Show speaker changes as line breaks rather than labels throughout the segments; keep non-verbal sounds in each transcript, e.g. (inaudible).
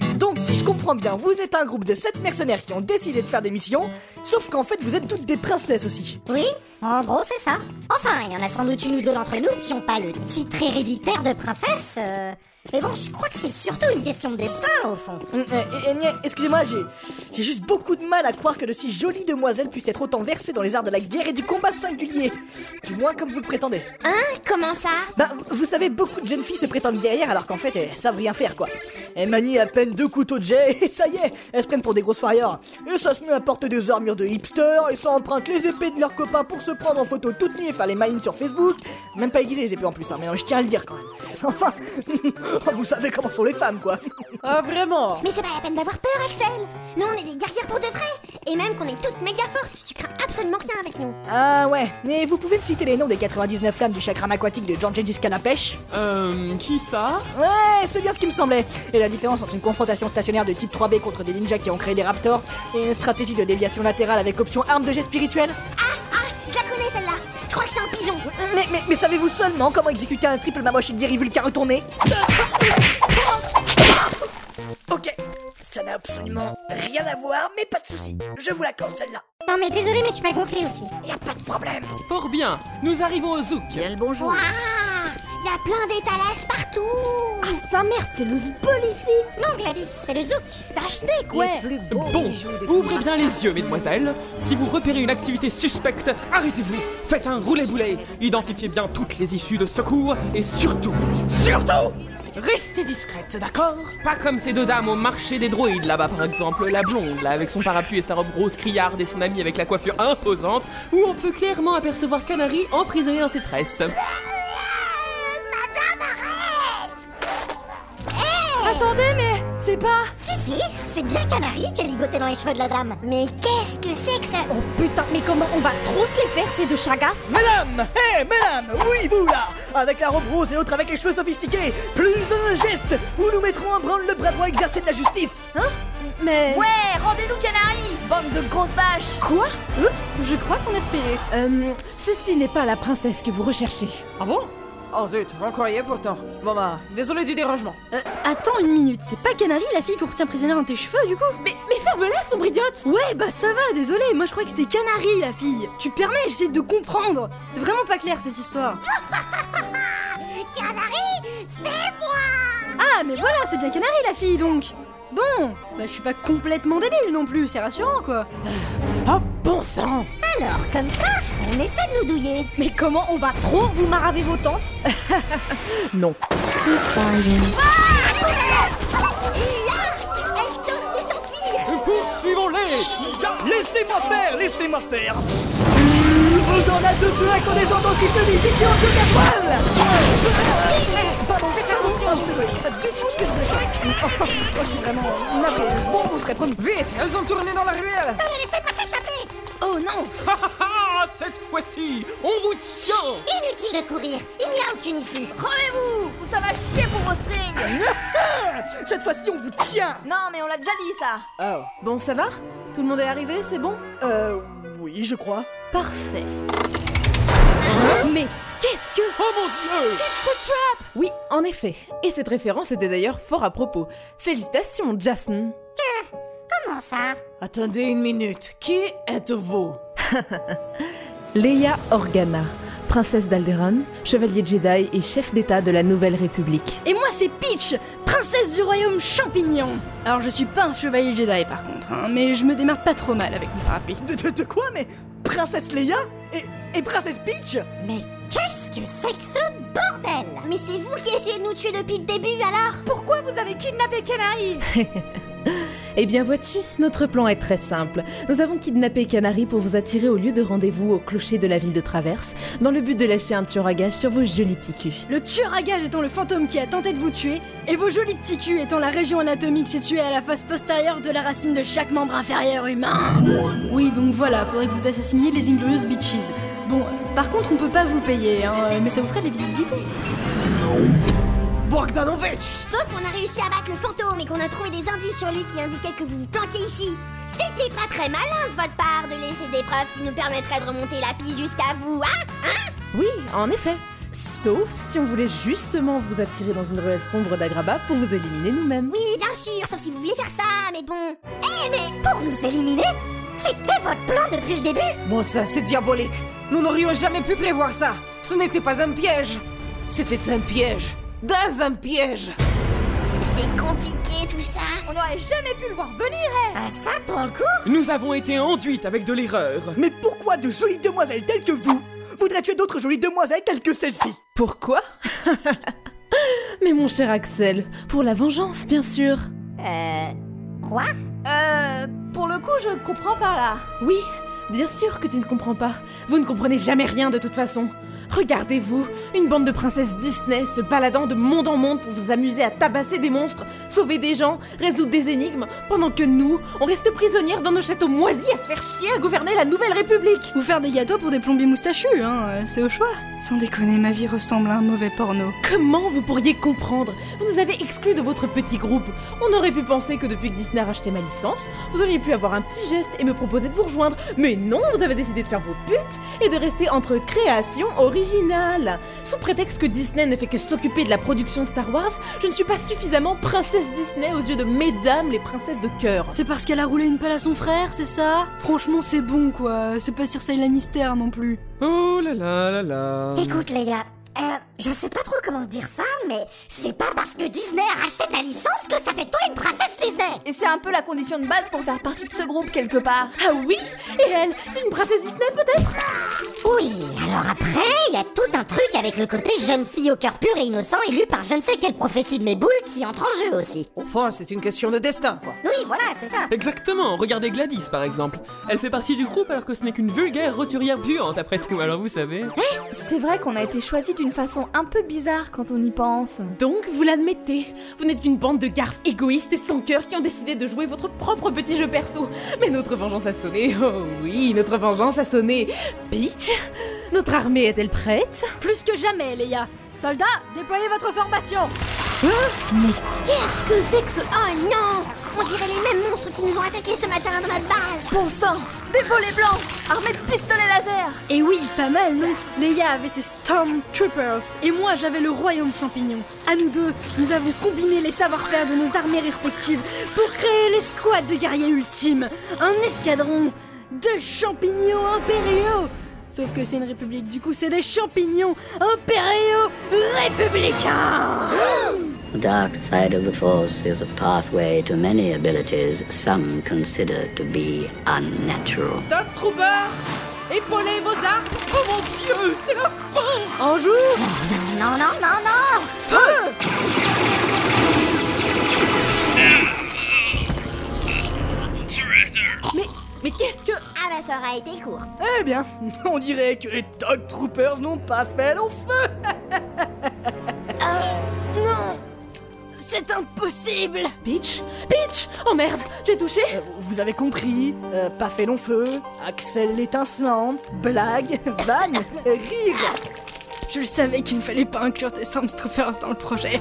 je comprends bien, vous êtes un groupe de 7 mercenaires qui ont décidé de faire des missions, sauf qu'en fait vous êtes toutes des princesses aussi.
Oui, en gros c'est ça. Enfin, il y en a sans doute une ou deux d'entre nous qui n'ont pas le titre héréditaire de princesse. euh, Mais bon, je crois que c'est surtout une question de destin au fond.
Hum, euh, et- et- Excusez-moi, j'ai j'ai juste beaucoup de mal à croire que de si jolies demoiselles puissent être autant versées dans les arts de la guerre et du combat singulier. Du moins comme vous le prétendez.
Hein Comment ça
Bah, vous savez, beaucoup de jeunes filles se prétendent guerrières alors qu'en fait, elles savent rien faire, quoi. Elles manient à peine deux couteaux de jet et ça y est, elles se prennent pour des grosses warriors. Et ça se met à porter des armures de hipsters et ça emprunte les épées de leurs copains pour se prendre en photo toutes nues et faire les mines sur Facebook. Même pas aiguisées les épées en plus, hein, mais non, je tiens à le dire quand même. (laughs) Enfin, vous savez comment sont les femmes, quoi.
Ah, vraiment
Mais c'est pas la peine d'avoir peur, Axel Nous, on est des guerrières pour de vrai Et même qu'on est toutes méga fortes, tu crains absolument rien avec nous
Ah ouais, mais vous pouvez me citer les noms des 99 flammes du chakram aquatique de John Gengis Kanapèche
Euh, qui ça
Ouais, c'est bien ce qui me semblait. Et la différence entre une confrontation stationnaire de type 3B contre des ninjas qui ont créé des raptors et une stratégie de déviation latérale avec option arme de jet spirituel
Ah, je la connais celle-là Je crois que c'est un pigeon
Mais, mais, mais savez-vous seulement comment exécuter un triple mamoche guéri vulcain retourné
Ok, ça n'a absolument rien à voir, mais pas de souci. Je vous l'accorde celle-là.
Non mais désolé, mais tu m'as gonflé aussi
Y a pas de problème.
Fort bien, nous arrivons au zouk.
Bien le bonjour.
Waouh Il y a plein d'étalages partout
Ah,
Sa mère, c'est le zbol ici
Non, Gladys, c'est le zouk C'est acheté,
Oh, Les
ouais.
plus beaux
Bon,
bijoux de
ouvrez
Clara.
bien les yeux, mesdemoiselles. Si vous repérez une activité suspecte, arrêtez-vous. Faites un roulet-boulet. Identifiez bien toutes les issues de secours et surtout, surtout, restez discrète, d'accord Pas comme ces deux dames au marché des droïdes là-bas, par exemple. La blonde, là, avec son parapluie et sa robe rose criarde et son amie avec la coiffure imposante, où on peut clairement apercevoir Canary emprisonné dans ses tresses.
Attendez, mais c'est pas.
Si, si, c'est bien Canary qui a ligoté dans les cheveux de la dame Mais qu'est-ce que c'est que ça
Oh putain, mais comment on va trop se les faire ces deux chagasses
Madame Hé, madame Oui, vous là Avec la robe rose et l'autre avec les cheveux sophistiqués Plus un geste où nous mettrons en branle le bras droit exercé de la justice
Mais.
Ouais, rendez-nous Canary Bande de grosses vaches
Quoi Oups, je crois qu'on est repéré. Euh, ceci n'est pas la princesse que vous recherchez.
Ah bon Oh zut, on croyait pourtant. Bon bah, désolé du dérangement.
Euh, attends une minute, c'est pas Canary la fille qu'on retient prisonnière dans tes cheveux du coup Mais, mais ferme-la, sombre idiote Ouais, bah ça va, désolé, moi je crois que c'était Canary la fille. Tu permets, j'essaie de comprendre. C'est vraiment pas clair cette histoire.
Canary C'est
Ah, mais voilà, c'est bien Canary la fille donc Bon, bah je suis pas complètement débile non plus, c'est rassurant quoi.
Oh bon sang
Alors, comme ça, on essaie de nous douiller
Mais comment on va trop vous maraver vos (laughs) tentes
Ah, Elle tente de s'enfuir
Poursuivons-les
Laissez-moi faire Laissez-moi faire Vous en êtes de feu à connaissance dans cette musique et en jeu de voile
Eh,
Pardon, pardon, pardon, désolé, c'est pas du tout ce que je voulais faire. Oh, oh, oh, je suis vraiment navré, je vous rembourserai, promis.
Vite, elles ont tourné dans la ruelle
Oh non
Ha ha ha Ah, Cette fois-ci, on vous tient
Inutile de courir, il n'y a aucune issue
Crevez-vous Ou ça va chier pour vos strings
Cette fois-ci, on vous tient
Non, mais on l'a déjà dit ça
Bon, ça va Tout le monde est arrivé, c'est bon
Euh, oui, je crois.
Parfait. Mais qu'est-ce que
Oh mon dieu
Oui, en effet. Et cette référence était d'ailleurs fort à propos. Félicitations, Jasmine.
Comment ça
Attendez une minute, qui êtes-vous
Leia Organa, princesse d'Alderan, chevalier Jedi et chef d'État de la Nouvelle République.
Et moi c'est Peach, princesse du royaume champignon Alors je suis pas un chevalier Jedi par contre, hein, mais je me démarre pas trop mal avec mon parapluie.
De, de, de quoi, mais Princesse Leia et, et Princesse Peach
Mais qu'est-ce que c'est que ce bordel
Mais c'est vous qui essayez de nous tuer depuis le début alors Pourquoi vous avez kidnappé Canary
Eh bien vois-tu, notre plan est très simple. Nous avons kidnappé Canary pour vous attirer au lieu de rendez-vous au clocher de la ville de Traverse, dans le but de lâcher un tueur à gage sur vos jolis petits culs.
Le tueur à gage étant le fantôme qui a tenté de vous tuer, et vos jolis petits culs étant la région anatomique située à la face postérieure de la racine de chaque membre inférieur humain. Oui, donc voilà, faudrait que vous assassiniez les inglorious bitches. Bon, par contre, on peut pas vous payer, hein, mais ça vous ferait de la visibilité.
Bogdanovich
Sauf qu'on a réussi à battre le fantôme et qu'on a trouvé des indices sur lui qui indiquaient que vous vous planquez ici. C'était pas très malin de votre part de laisser des preuves qui nous permettraient de remonter la piste jusqu'à vous, hein
Oui, en effet. Sauf si on voulait justement vous attirer dans une ruelle sombre d'Agraba pour vous éliminer nous-mêmes.
Oui, bien sûr, sauf si vous voulez faire ça, mais bon.
Eh mais pour nous éliminer C'était votre plan depuis le début
Bon, ça, c'est diabolique. Nous n'aurions jamais pu prévoir ça. Ce n'était pas un piège. C'était un piège. Dans un piège.
C'est compliqué tout ça.
On n'aurait jamais pu le voir venir, eh
Ah ça pour le coup
Nous avons été enduites avec de l'erreur.
Mais pourquoi de jolies demoiselles telles que vous voudraient tuer d'autres jolies demoiselles telles que celle-ci
(laughs) Pourquoi Mais mon cher Axel, pour la vengeance, bien sûr.
Euh... Quoi
Euh. Pour le coup, je comprends pas là.
Oui, bien sûr que tu ne comprends pas. Vous ne comprenez jamais rien de toute façon. Regardez-vous, une bande de princesses Disney se baladant de monde en monde pour vous amuser à tabasser des monstres, sauver des gens, résoudre des énigmes, pendant que nous, on reste prisonnières dans nos châteaux moisis à se faire chier à gouverner la Nouvelle République.
Ou faire des gâteaux pour des plombiers moustachus, hein, euh, c'est au choix. Sans déconner, ma vie ressemble à un mauvais porno.
Comment vous pourriez comprendre Vous nous avez exclus de votre petit groupe. On aurait pu penser que depuis que Disney a racheté ma licence, vous auriez pu avoir un petit geste et me proposer de vous rejoindre. Mais non, vous avez décidé de faire vos putes et de rester entre créations originales. Sous prétexte que Disney ne fait que s'occuper de la production de Star Wars, je ne suis pas suffisamment princesse Disney aux yeux de mesdames les princesses de cœur.
C'est parce qu'elle a roulé une pelle à son frère, c'est ça Franchement, c'est bon quoi, c'est pas Cersei Lannister non plus.
Oh là là là là.
Écoute les gars, euh, je sais pas trop comment dire ça, mais c'est pas parce que Disney a racheté ta licence que ça fait de toi une princesse Disney
Et c'est un peu la condition de base pour faire partie de ce groupe quelque part.
Ah oui Et elle, c'est une princesse Disney peut-être
Oui, alors après, il y a tout un truc avec le côté jeune fille au cœur pur et innocent élue par je ne sais quelle prophétie de mes boules qui entre en jeu aussi.
Enfin, c'est une question de destin, quoi.
Oui, voilà, c'est ça.
Exactement, regardez Gladys par exemple. Elle fait partie du groupe alors que ce n'est qu'une vulgaire roturière puante après tout, alors vous savez.
C'est vrai qu'on a été choisis d'une façon un peu bizarre quand on y pense.
Donc, vous l'admettez, vous n'êtes qu'une bande de garces égoïstes et sans cœur qui ont décidé de jouer votre propre petit jeu perso. Mais notre vengeance a sonné, (laughs) oh oui, notre vengeance a sonné. Peach Notre armée est-elle prête
Plus que jamais, les gars. Soldats, déployez votre formation
Qu'est-ce que c'est que ce. Oh non On dirait les mêmes monstres qui nous ont attaqués ce matin dans notre base.
Bon sang Des volets blancs Armée de pistolets laser
Et oui, pas mal, non Leia avait ses Stormtroopers et moi j'avais le Royaume Champignon. À nous deux, nous avons combiné les savoir-faire de nos armées respectives pour créer l'escouade de guerriers ultimes. Un escadron de champignons impériaux Sauf que c'est une république, du coup c'est des champignons impériaux républicains
The dark side of the Force is a pathway to many abilities some consider to be unnatural.
Dark Troopers Épaulez vos armes Oh mon dieu, c'est la fin
En jour
Non, non, non, non
Mais, mais qu'est-ce que...
Ah bah ça aura été court.
Eh bien, on dirait que les Dog Troopers n'ont pas fait long feu
Non C'est impossible
Peach Peach Oh merde, tu es touchée
Euh, Vous avez compris, euh, pas fait long feu, Axel l'étincelant, blague, (laughs) vanne, rire
Je le savais qu'il ne fallait pas inclure tes Stormtroopers dans le projet.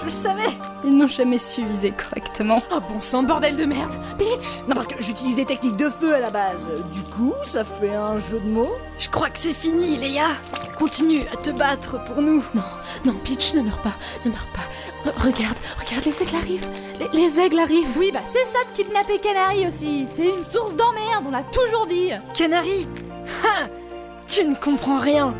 Je le savais Ils n'ont jamais su viser correctement.
Oh bon sang de bordel de merde Peach
Non, parce que j'utilise des techniques de feu à la base. Du coup, ça fait un jeu de mots
Je crois que c'est fini, Léa Continue à te battre pour nous
Non, non, Peach, ne meurs pas, ne meurs pas. Re- regarde, regarde, les aigles arrivent Les, les aigles arrivent
Oui, bah c'est ça de kidnapper Canary aussi. C'est une source d'emmerde, on l'a toujours dit.
Canary Ha Tu ne comprends rien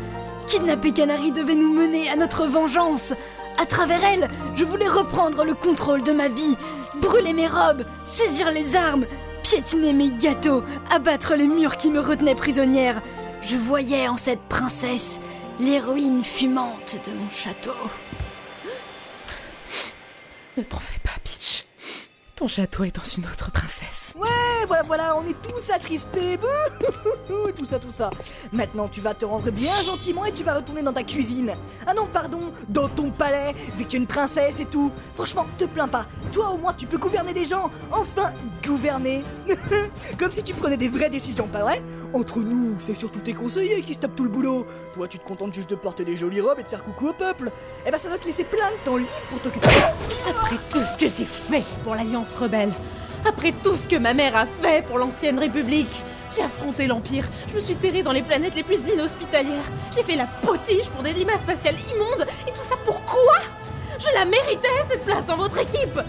Kidnapper Canary devait nous mener à notre vengeance À travers elle, je voulais reprendre le contrôle de ma vie Brûler mes robes, saisir les armes, piétiner mes gâteaux, abattre les murs qui me retenaient prisonnière Je voyais en cette princesse l'héroïne fumante de mon château.
Ne t'en fais pas, Peach. Ton château est dans une autre princesse.
Eh, voilà, voilà, on est tous attristés. Bouhouhouhou, tout ça, tout ça. Maintenant, tu vas te rendre bien gentiment et tu vas retourner dans ta cuisine. Ah non, pardon, dans ton palais, vu que tu es une princesse et tout. Franchement, te plains pas. Toi, au moins, tu peux gouverner des gens. Enfin, gouverner. (laughs) Comme si tu prenais des vraies décisions, pas vrai Entre nous, c'est surtout tes conseillers qui se tapent tout le boulot. Toi, tu te contentes juste de porter des jolies robes et de faire coucou au peuple. Eh ben, ça va te laisser plein de temps libre pour t'occuper.
Après tout ce que j'ai fait pour l'Alliance Rebelle, après tout ce que ma mère a fait pour l'Ancienne République, J'ai affronté l'Empire, je me suis terrée dans les planètes les plus inhospitalières, j'ai fait la potiche pour des limaces spatiales immondes, et tout ça pour quoi Je la méritais, cette place dans votre équipe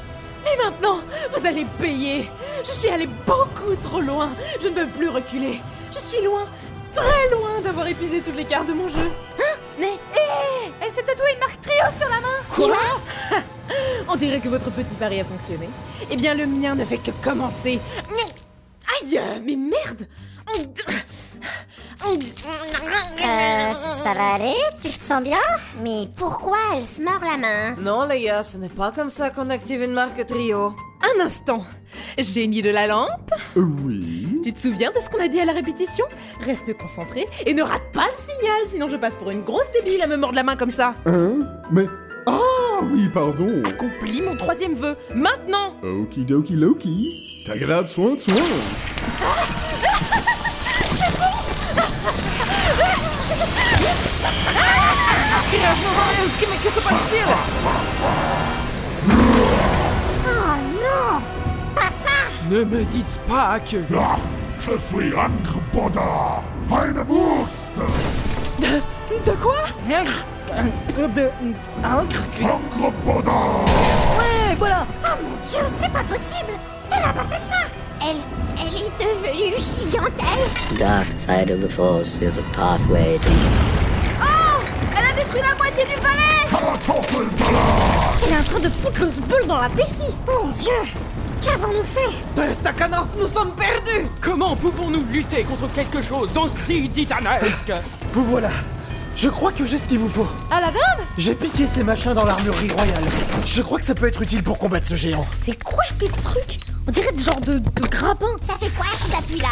Et maintenant, vous allez payer Je suis allée beaucoup trop loin, je ne peux plus reculer, je suis loin, très loin d'avoir épuisé toutes les cartes de mon jeu
Hein? Mais. Hé Elle s'est tatouée une marque trio sur la main
Quoi On dirait que votre petit pari a fonctionné. Eh bien, le mien ne fait que commencer. Aïe, euh, mais merde
Euh, ça va aller Tu te sens bien Mais pourquoi elle se mord la main
Non, Leia, ce n'est pas comme ça qu'on active une marque trio.
Un instant Génie de la lampe
Oui.
Tu te souviens de ce qu'on a dit à la répétition Reste concentré et ne rate pas le signal, sinon je passe pour une grosse débile à me mordre la main comme ça.
Hein Mais. Ah oui, pardon.
Euh.
Euh,
Accomplis mon troisième vœu, maintenant
Okidoki Loki. T'agrades soin de soin.
mais que se passe-t-il
Oh non Pas ça
Ne me dites pas que.
Ah, Je suis Angrboda, eine Wurst.
De quoi
Angrboda.
Ouais, voilà
Oh mon dieu, c'est pas possible Elle a pas fait ça Elle. Elle est devenue gigantesque
Dark side of the force is a pathway to
Oh Elle a détruit la moitié du palais
Elle est en train de foutre le bulle dans la vessie
Mon dieu Qu'avons-nous fait
Stakanov, nous sommes perdus
Comment pouvons-nous lutter contre quelque chose d'aussi titanesque
Vous voilà. Je crois que j'ai ce qu'il vous faut.
À la dinde
J'ai piqué ces machins dans l'armurerie royale. Je crois que ça peut être utile pour combattre ce géant.
C'est quoi ces trucs On dirait du genre de, de grappin
Ça fait quoi si j'appuie là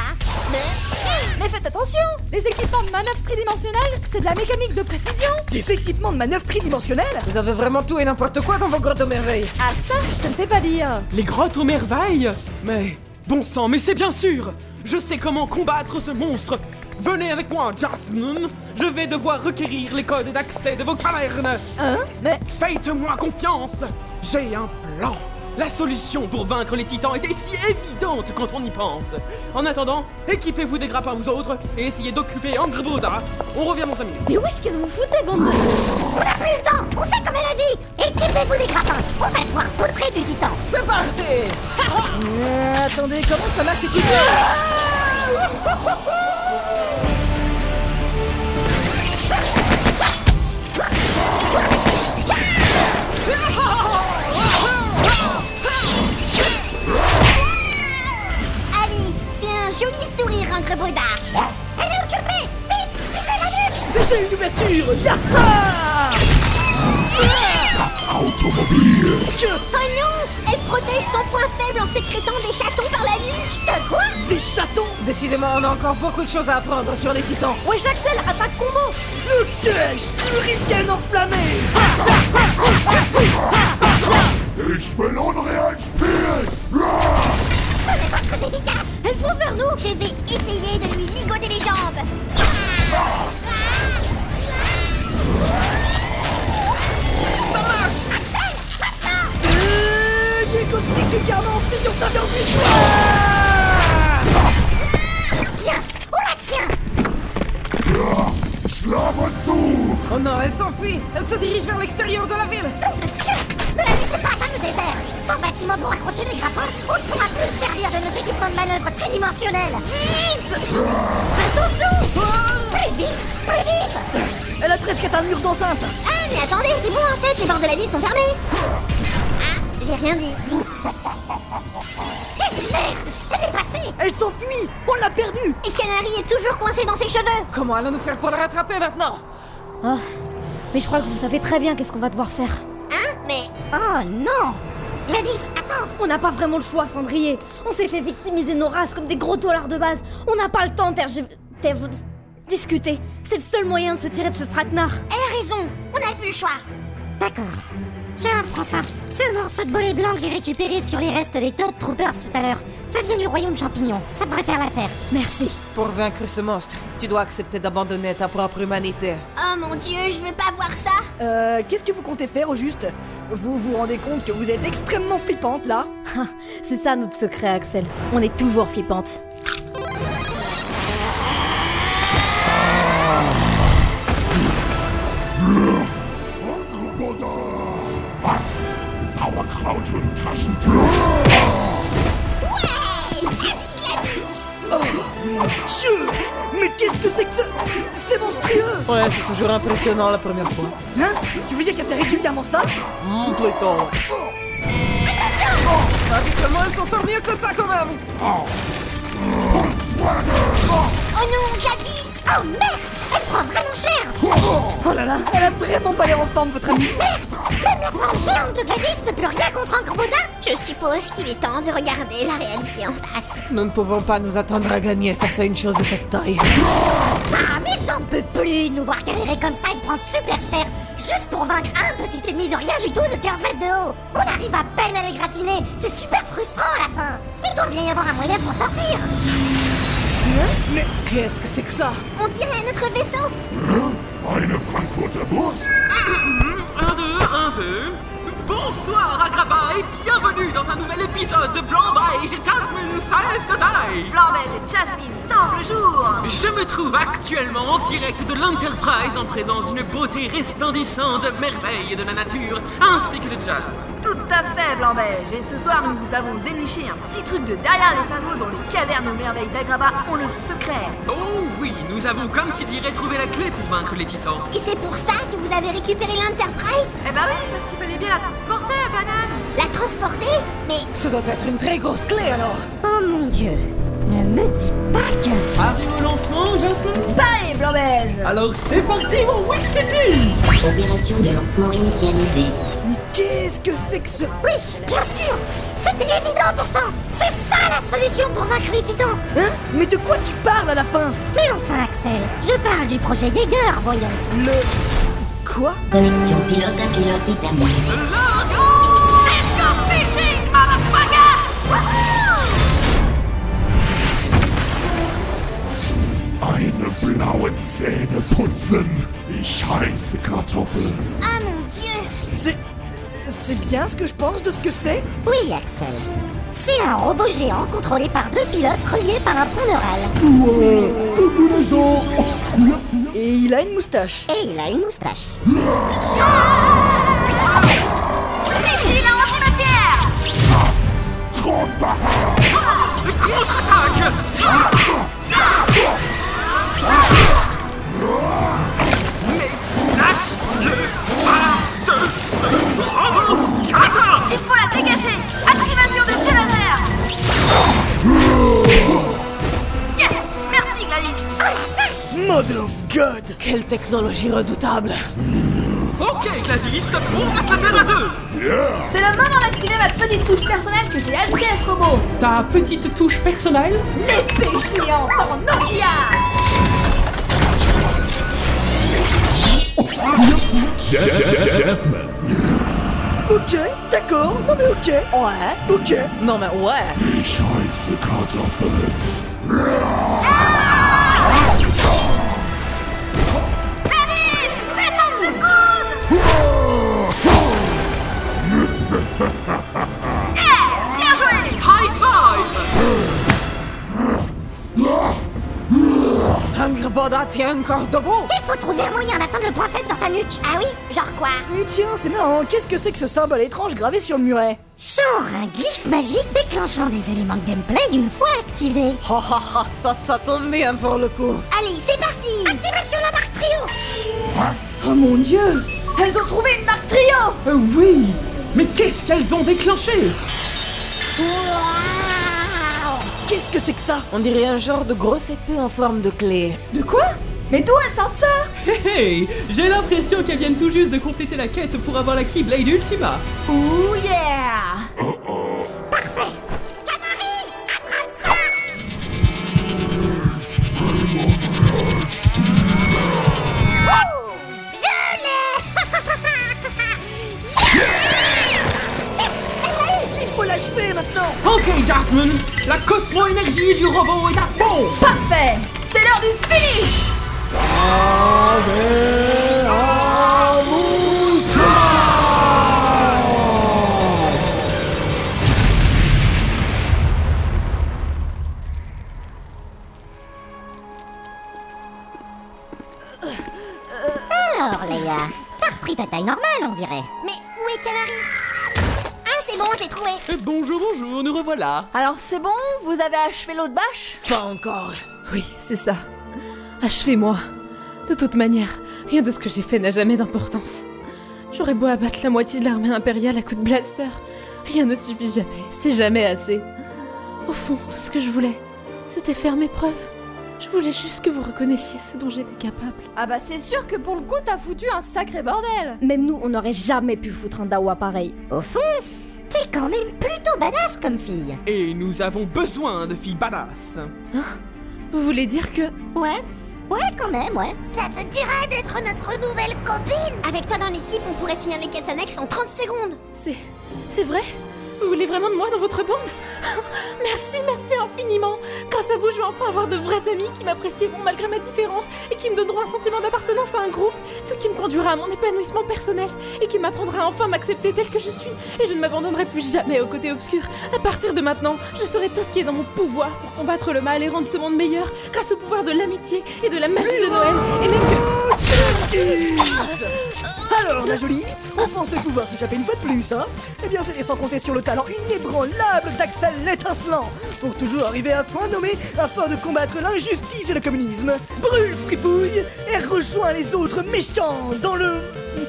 Mais faites attention Les équipements de manœuvre tridimensionnelle, c'est de la mécanique de précision
Des équipements de manœuvre tridimensionnelle
Vous avez vraiment tout et n'importe quoi dans vos grottes aux merveilles.
Ah ça, je te le fais pas dire
Les grottes aux merveilles Mais. Bon sang, mais c'est bien sûr Je sais comment combattre ce monstre Venez avec moi, Jasmine Je vais devoir requérir les codes d'accès de vos cavernes
Hein Mais.
Faites-moi confiance J'ai un plan La solution pour vaincre les titans était si évidente quand on y pense En attendant, équipez-vous des grappins vous autres et essayez d'occuper Angreboda On revient dans 5 minutes
Mais wesh, qu'est-ce que vous foutez, bande de...
On n'a plus le temps On fait comme elle a dit Équipez-vous des grappins On va pouvoir poutrer du titan
C'est parti
Euh, attendez, comment ça marche équipe
Allez, fais un joli sourire, Angreboda Elle est occupée Vite, poussez la nuque
Mais c'est une ouverture Yaha
Oh non Elle protège son point faible en sécrétant des chatons par la nuque De quoi
Des chatons
Décidément, on a encore beaucoup de choses à apprendre sur les titans.
Wesh, Axel, attaque combo
Le cache Hurricane enflammé
Ich will Unreal spielen.
Ce n'est pas très efficace
Elle fonce vers nous
Je vais essayer de lui ligoter les jambes
Ça marche
Euh, Les cosmiques du karma en fusion saveur du soir
Tiens, on la tient
Schlafanzug.
Oh non, elle s'enfuit Elle se dirige vers l'extérieur de la ville
Nom de Dieu Ne la laissez pas atteindre le désert Sans bâtiment pour accrocher les grappins, on ne pourra plus se servir de nos équipements de manœuvre tridimensionnels Vite Attention Plus vite Plus vite
Elle a presque atteint le mur d'enceinte
Ah, mais attendez, c'est bon en fait, les bords de la nuit sont fermés Ah, j'ai rien dit Eh, Merde Elle est passée
Elle s'enfuit On l'a perdue
Et Canary est toujours coincée dans ses cheveux
Comment allons-nous faire pour la rattraper maintenant
Oh, mais je crois que vous savez très bien qu'est-ce qu'on va devoir faire.
Hein Mais...
Oh non
Gladys, attends
On n'a pas vraiment le choix, Cendrier. On s'est fait victimiser nos races comme des gros dollars de base. On n'a pas le temps de tergiv- terv- discuter. C'est le seul moyen de se tirer de ce traquenard.
Elle a raison On n'a plus le choix
D'accord. Tiens, prends ça. C'est un morceau de bolet blanc que j'ai récupéré sur les restes des Todd Troopers tout à l'heure. Ça vient du royaume champignon. Ça devrait faire l'affaire.
Merci.
Pour vaincre ce monstre, tu dois accepter d'abandonner ta propre humanité.
Oh mon dieu, je veux pas voir ça
Euh, qu'est-ce que vous comptez faire au juste Vous vous rendez compte que vous êtes extrêmement flippante là
C'est ça notre secret, Axel. On est toujours flippante.
Haut und Taschentuch.
Oh mon dieu Mais qu'est-ce que c'est que ce... C'est monstrueux
Ouais, c'est toujours impressionnant la première fois.
Hein Tu veux dire qu'elle fait régulièrement ça
Mon plutôt. Avec comment elle s'en sort mieux que ça quand même
Oh non, Gadis Oh merde Elle prend vraiment cher
Oh là là, elle a vraiment pas l'air en forme, votre amie
Même la forme géante de Gladys ne peut rien contre un Crobodin Je suppose qu'il est temps de regarder la réalité en face.
Nous ne pouvons pas nous attendre à gagner face à une chose de cette taille.
Ah, mais j'en peux plus de nous voir galérer comme ça et prendre super cher juste pour vaincre un petit ennemi de rien du tout de 15 mètres de haut. On arrive à peine à les gratiner, c'est super frustrant à la fin. Il doit bien y avoir un moyen pour sortir.
Mais qu'est-ce que c'est que ça
On dirait notre vaisseau.
Eine Frankfurter Wurst.
1, 2, 1, 2. Bonsoir Agrabah et bienvenue dans un nouvel épisode de Blanc Beige et Jasmine Save the Day
Blanc-Beige et Jasmine, semble jour
Je me trouve actuellement en direct de l'Enterprise en présence d'une beauté resplendissante, merveille de la nature, ainsi que de Jasmine.
Tout à fait, Blanc-Beige Et ce soir, nous vous avons déniché un petit truc de derrière les fagots dans les cavernes aux merveilles d'Agraba ont le secret
Oh oui, nous avons comme qui dirait trouvé la clé pour vaincre les titans.
Et c'est pour ça que vous avez récupéré l'Enterprise
Eh bah oui, parce qu'il fallait bien la transporter, la banane
La transporter Mais...
Ça doit être une très grosse clé alors
Oh mon dieu Ne me dites pas que...
Arrive au lancement, Jasmine
Bye, Blanc-Beige
Alors c'est parti, mon Wistiti
Opération de lancement initialisée.
Qu'est-ce que c'est que ce...
Oui, bien sûr C'était évident pourtant C'est ça la solution pour vaincre les titans
Hein Mais de quoi tu parles à la fin
Mais enfin, Axel, je parle du projet Jaeger, voyons
Le... Quoi
Connexion pilote à pilote établie.
Let's go fishing, motherfucker
Eine blaue Zähne putzen. Ich heiße Kartoffel.
Ah mon dieu
C'est... C'est bien ce que je pense de ce que c'est
Oui, Axel. C'est un robot géant contrôlé par deux pilotes reliés par un pont neural.
Ouais, coucou les gens
Et il a une moustache.
Et il a une moustache.
Missile en antimatière
Grande Barre.
Contre-attaque Mais lâche le bras de ce robot Attends
Il faut la dégager Activation de tir laser Yes Merci, Gladys
Mother of God
Quelle technologie redoutable
Ok Gladys, on va se la faire à deux
C'est le moment d'activer ma petite touche personnelle que j'ai ajoutée à ce robot
Ta petite touche personnelle
L'épée géante en Nokia
Ja- Ja- Ja- Jasmine
Ok, d'accord, non mais ok,
Ouais.
ok.
Non, mais ouais.
Ich heiße Kartoffel.
Gladys Descends le coude Yeah Bien joué
High five
Angreboda tient encore debout
Il faut trouver un moyen d'atteindre le point faible dans sa nuque. Ah oui Genre quoi
Hum, Tiens, c'est marrant, qu'est-ce que c'est que ce symbole étrange gravé sur le muret
Genre un glyphe magique déclenchant des éléments de gameplay une fois
(laughs)
activé.
Oh, oh, oh, ça, ça tombe bien pour le coup
Allez, c'est parti Activation la barre trio
Oh mon dieu
Elles ont trouvé une marque trio
Euh, Oui Mais qu'est-ce qu'elles ont déclenché
Qu'est-ce que c'est que ça
On dirait un genre de grosse épée en forme de clé.
De quoi Mais d'où elles sortent ça
Hey, hey J'ai l'impression qu'elles viennent tout juste de compléter la quête pour avoir la Keyblade Ultima
Ouh yeah
Il faut l'achever maintenant
Ok Jasmine, la cosmo-énergie du robot est à fond
Parfait C'est l'heure du finish
Alors, Léa, t'as repris ta taille normale, on dirait. Mais où est Canary Ah, c'est c'est bon, je l'ai trouvé.
Euh, bonjour, bonjour, nous revoilà.
Alors c'est bon Vous avez achevé l'eau de bâche
Pas encore.
Oui, c'est ça. Achevez-moi. De toute manière, rien de ce que j'ai fait n'a jamais d'importance. J'aurais beau abattre la moitié de l'armée impériale à coups de blaster. Rien ne suffit jamais, c'est jamais assez. Au fond, tout ce que je voulais, c'était faire mes preuves. Je voulais juste que vous reconnaissiez ce dont j'étais capable.
Ah bah c'est sûr que pour le coup t'as foutu un sacré bordel
Même nous, on n'aurait jamais pu foutre un dawa pareil.
Au fond, t'es quand même plutôt badass comme fille.
Et nous avons besoin de filles badass.
Vous voulez dire que...
Ouais, ouais quand même, ouais.
Ça te dira d'être notre nouvelle copine Avec toi dans l'équipe, on pourrait finir les quêtes annexes en 30 secondes.
C'est... C'est vrai Vous voulez vraiment de moi dans votre bande (laughs) Merci, merci infiniment Grâce à vous, je vais enfin avoir de vrais amis qui m'apprécieront malgré ma différence et qui me donneront un sentiment d'appartenance à un groupe, ce qui me conduira à mon épanouissement personnel et qui m'apprendra à enfin à m'accepter tel que je suis. Et je ne m'abandonnerai plus jamais au côté obscur. À partir de maintenant, je ferai tout ce qui est dans mon pouvoir pour combattre le mal et rendre ce monde meilleur grâce au pouvoir de l'amitié et de la magie de Noël. Et même
Alors, la jolie, on pensait pouvoir s'échapper une fois de plus, hein Eh bien, c'était sans compter sur le talent inébranlable d'Axel l'étincelant, pour toujours arriver à un point nommé afin de combattre l'injustice et le communisme. Brûle, fripouille, et rejoins les autres méchants dans le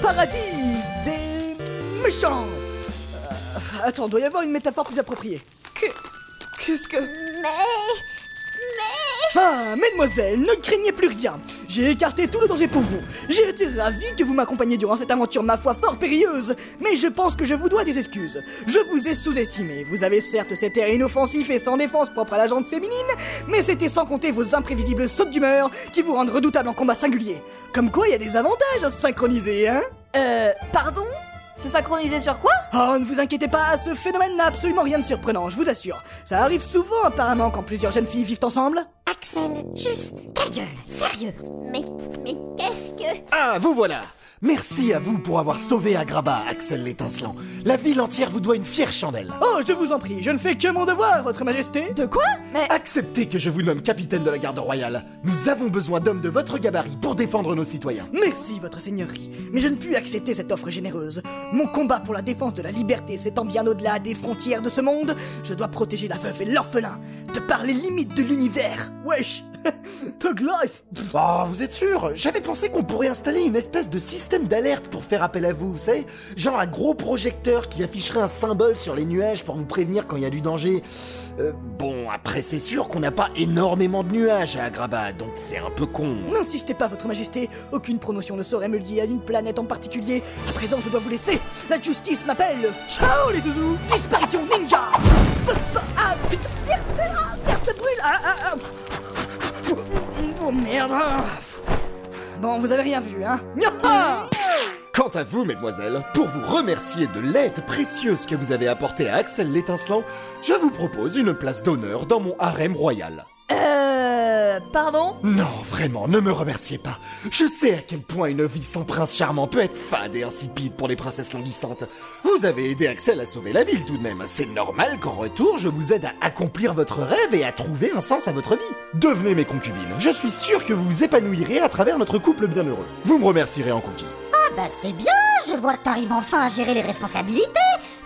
paradis des méchants Euh, Attends, doit y avoir une métaphore plus appropriée.
Que... Qu'est-ce que...
Mais...
Ah, mesdemoiselles, ne craignez plus rien. J'ai écarté tout le danger pour vous. J'ai été ravi que vous m'accompagniez durant cette aventure, ma foi, fort périlleuse. Mais je pense que je vous dois des excuses. Je vous ai sous-estimé. Vous avez certes cet air inoffensif et sans défense propre à la gente féminine, mais c'était sans compter vos imprévisibles sautes d'humeur qui vous rendent redoutable en combat singulier. Comme quoi, il y a des avantages à se synchroniser, hein
Euh... Pardon Se synchroniser sur quoi
Oh, ne vous inquiétez pas, ce phénomène n'a absolument rien de surprenant, je vous assure. Ça arrive souvent apparemment quand plusieurs jeunes filles vivent ensemble.
Axel, juste ta gueule, sérieux. Mais, mais qu'est-ce que...
Ah, vous voilà Merci à vous pour avoir sauvé Agraba, Axel l'étincelant. La ville entière vous doit une fière chandelle.
Oh, je vous en prie, je ne fais que mon devoir, votre majesté.
De quoi Mais...
Acceptez que je vous nomme capitaine de la garde royale. Nous avons besoin d'hommes de votre gabarit pour défendre nos citoyens.
Merci, votre seigneurie, mais je ne puis accepter cette offre généreuse. Mon combat pour la défense de la liberté s'étend bien au-delà des frontières de ce monde, je dois protéger la veuve et l'orphelin, de par les limites de l'univers. Wesh (laughs) Thug life
Oh, vous êtes sûr J'avais pensé qu'on pourrait installer une espèce de système d'alerte pour faire appel à vous, vous savez Genre un gros projecteur qui afficherait un symbole sur les nuages pour vous prévenir quand il y a du danger. Euh, bon, après c'est sûr qu'on n'a pas énormément de nuages à Agraba, donc c'est un peu con.
N'insistez pas, votre majesté, aucune promotion ne saurait me lier à une planète en particulier. À présent, je dois vous laisser. La justice m'appelle. Ciao les zouzous Disparition ninja Ah putain, merde, ah, merde, ça brûle Ah, ah, ah. Oh merde Bon, vous avez rien vu, hein Gnaha
Quant à vous, mesdemoiselles, pour vous remercier de l'aide précieuse que vous avez apportée à Axel l'étincelant, je vous propose une place d'honneur dans mon harem royal.
Euh... Pardon
Non, vraiment, ne me remerciez pas. Je sais à quel point une vie sans prince charmant peut être fade et insipide pour les princesses languissantes. Vous avez aidé Axel à sauver la ville tout de même. C'est normal qu'en retour, je vous aide à accomplir votre rêve et à trouver un sens à votre vie. Devenez mes concubines. Je suis sûr que vous vous épanouirez à travers notre couple bienheureux. Vous me remercierez en conquis.
Ah bah c'est bien, je vois que t'arrives enfin à gérer les responsabilités.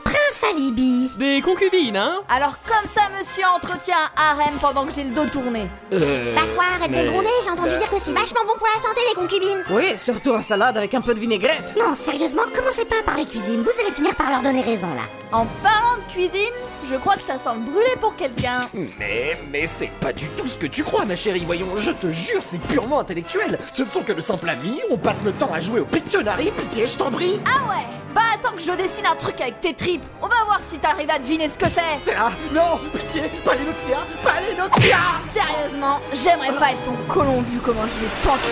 Prince Alibi
Des concubines, hein
Alors comme ça monsieur entretient un harem pendant que j'ai le dos tourné
Euh...
Bah quoi, arrête de gronder, j'ai entendu dire que c'est vachement bon pour la santé les concubines.
bah Oui, surtout en salade avec un peu de vinaigrette.
Non, sérieusement, commencez pas par les cuisines, vous allez finir par leur donner raison là.
En parlant de cuisine, je crois que ça sent le brûler pour (laughs) quelqu'un
Hmm, Mais, mais c'est pas du tout ce que tu crois, ma chérie, voyons, je te jure, c'est purement intellectuel. Ce ne sont que de simples amis, on passe le temps à jouer au Pictionary, pitié, je t'en prie.
Ah ouais Bah attends que je dessine un truc avec tes tripes On va voir si t'arrives à deviner ce que c'est
Ah, non, pitié, pas les Nokia, pas les Nokia
Sérieusement, j'aimerais pas être ton colon vu comment je vais t'enculer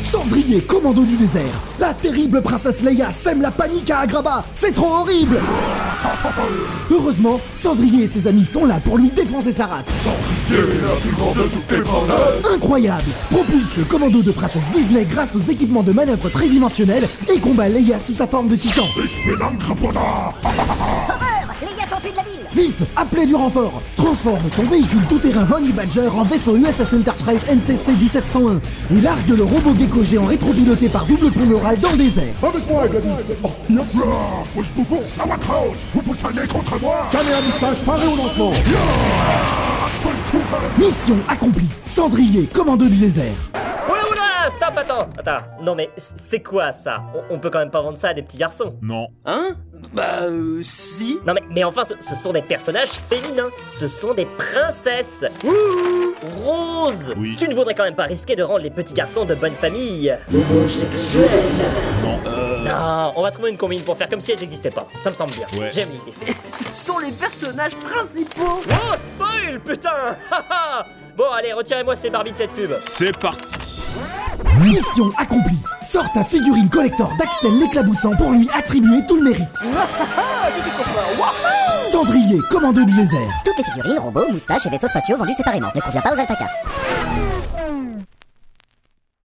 Cendrier, commando du désert. La terrible princesse Leia sème la panique à Agraba. C'est trop horrible. Heureusement, Cendrier et ses amis sont là pour lui défoncer sa race.
Cendrier est la plus grande de toutes les princesses
Incroyable Propulse le commando de princesse Disney grâce aux équipements de manœuvre tridimensionnels et combat Leia sous sa forme de titan.
Mais non, Craponard
Horreur Les gars s'enfuient de la ville
Vite, appelez du renfort Transforme ton véhicule tout-terrain Honey Badger en vaisseau USS Enterprise NCC 1701 et largue le robot gecko géant rétropiloté par double pylorale dans le désert.
Avec moi, Gladys Oh, y'a Ah, Push bouffon, ça va cause Vous poussez un nez contre moi
Caméra moustache, paré au lancement Mission accomplie Cendrier, commando du désert
Oula oula, stop, attends Attends, non mais c'est quoi ça on, on peut quand même pas vendre ça à des petits garçons
Non.
Hein Bah si Non mais, mais enfin, ce, ce sont des personnages féminins Ce sont des princesses Rose Tu ne voudrais quand même pas risquer de rendre les petits garçons de bonne famille
Non, euh...
Non, on va trouver une combine pour faire comme si elles n'existaient pas. Ça me semble bien.
Ouais.
J'aime l'idée.
Ce sont les personnages principaux
Oh, spoil, putain Bon, allez, retirez-moi ces barbies de cette pub.
C'est parti.
Mission accomplie Sors ta figurine collector d'Axel l'éclaboussant pour lui attribuer tout le mérite Cendrier, commando du désert
Toutes les figurines, robots, moustaches et vaisseurs spatiaux vendus séparément. Ne convient pas aux alpacas.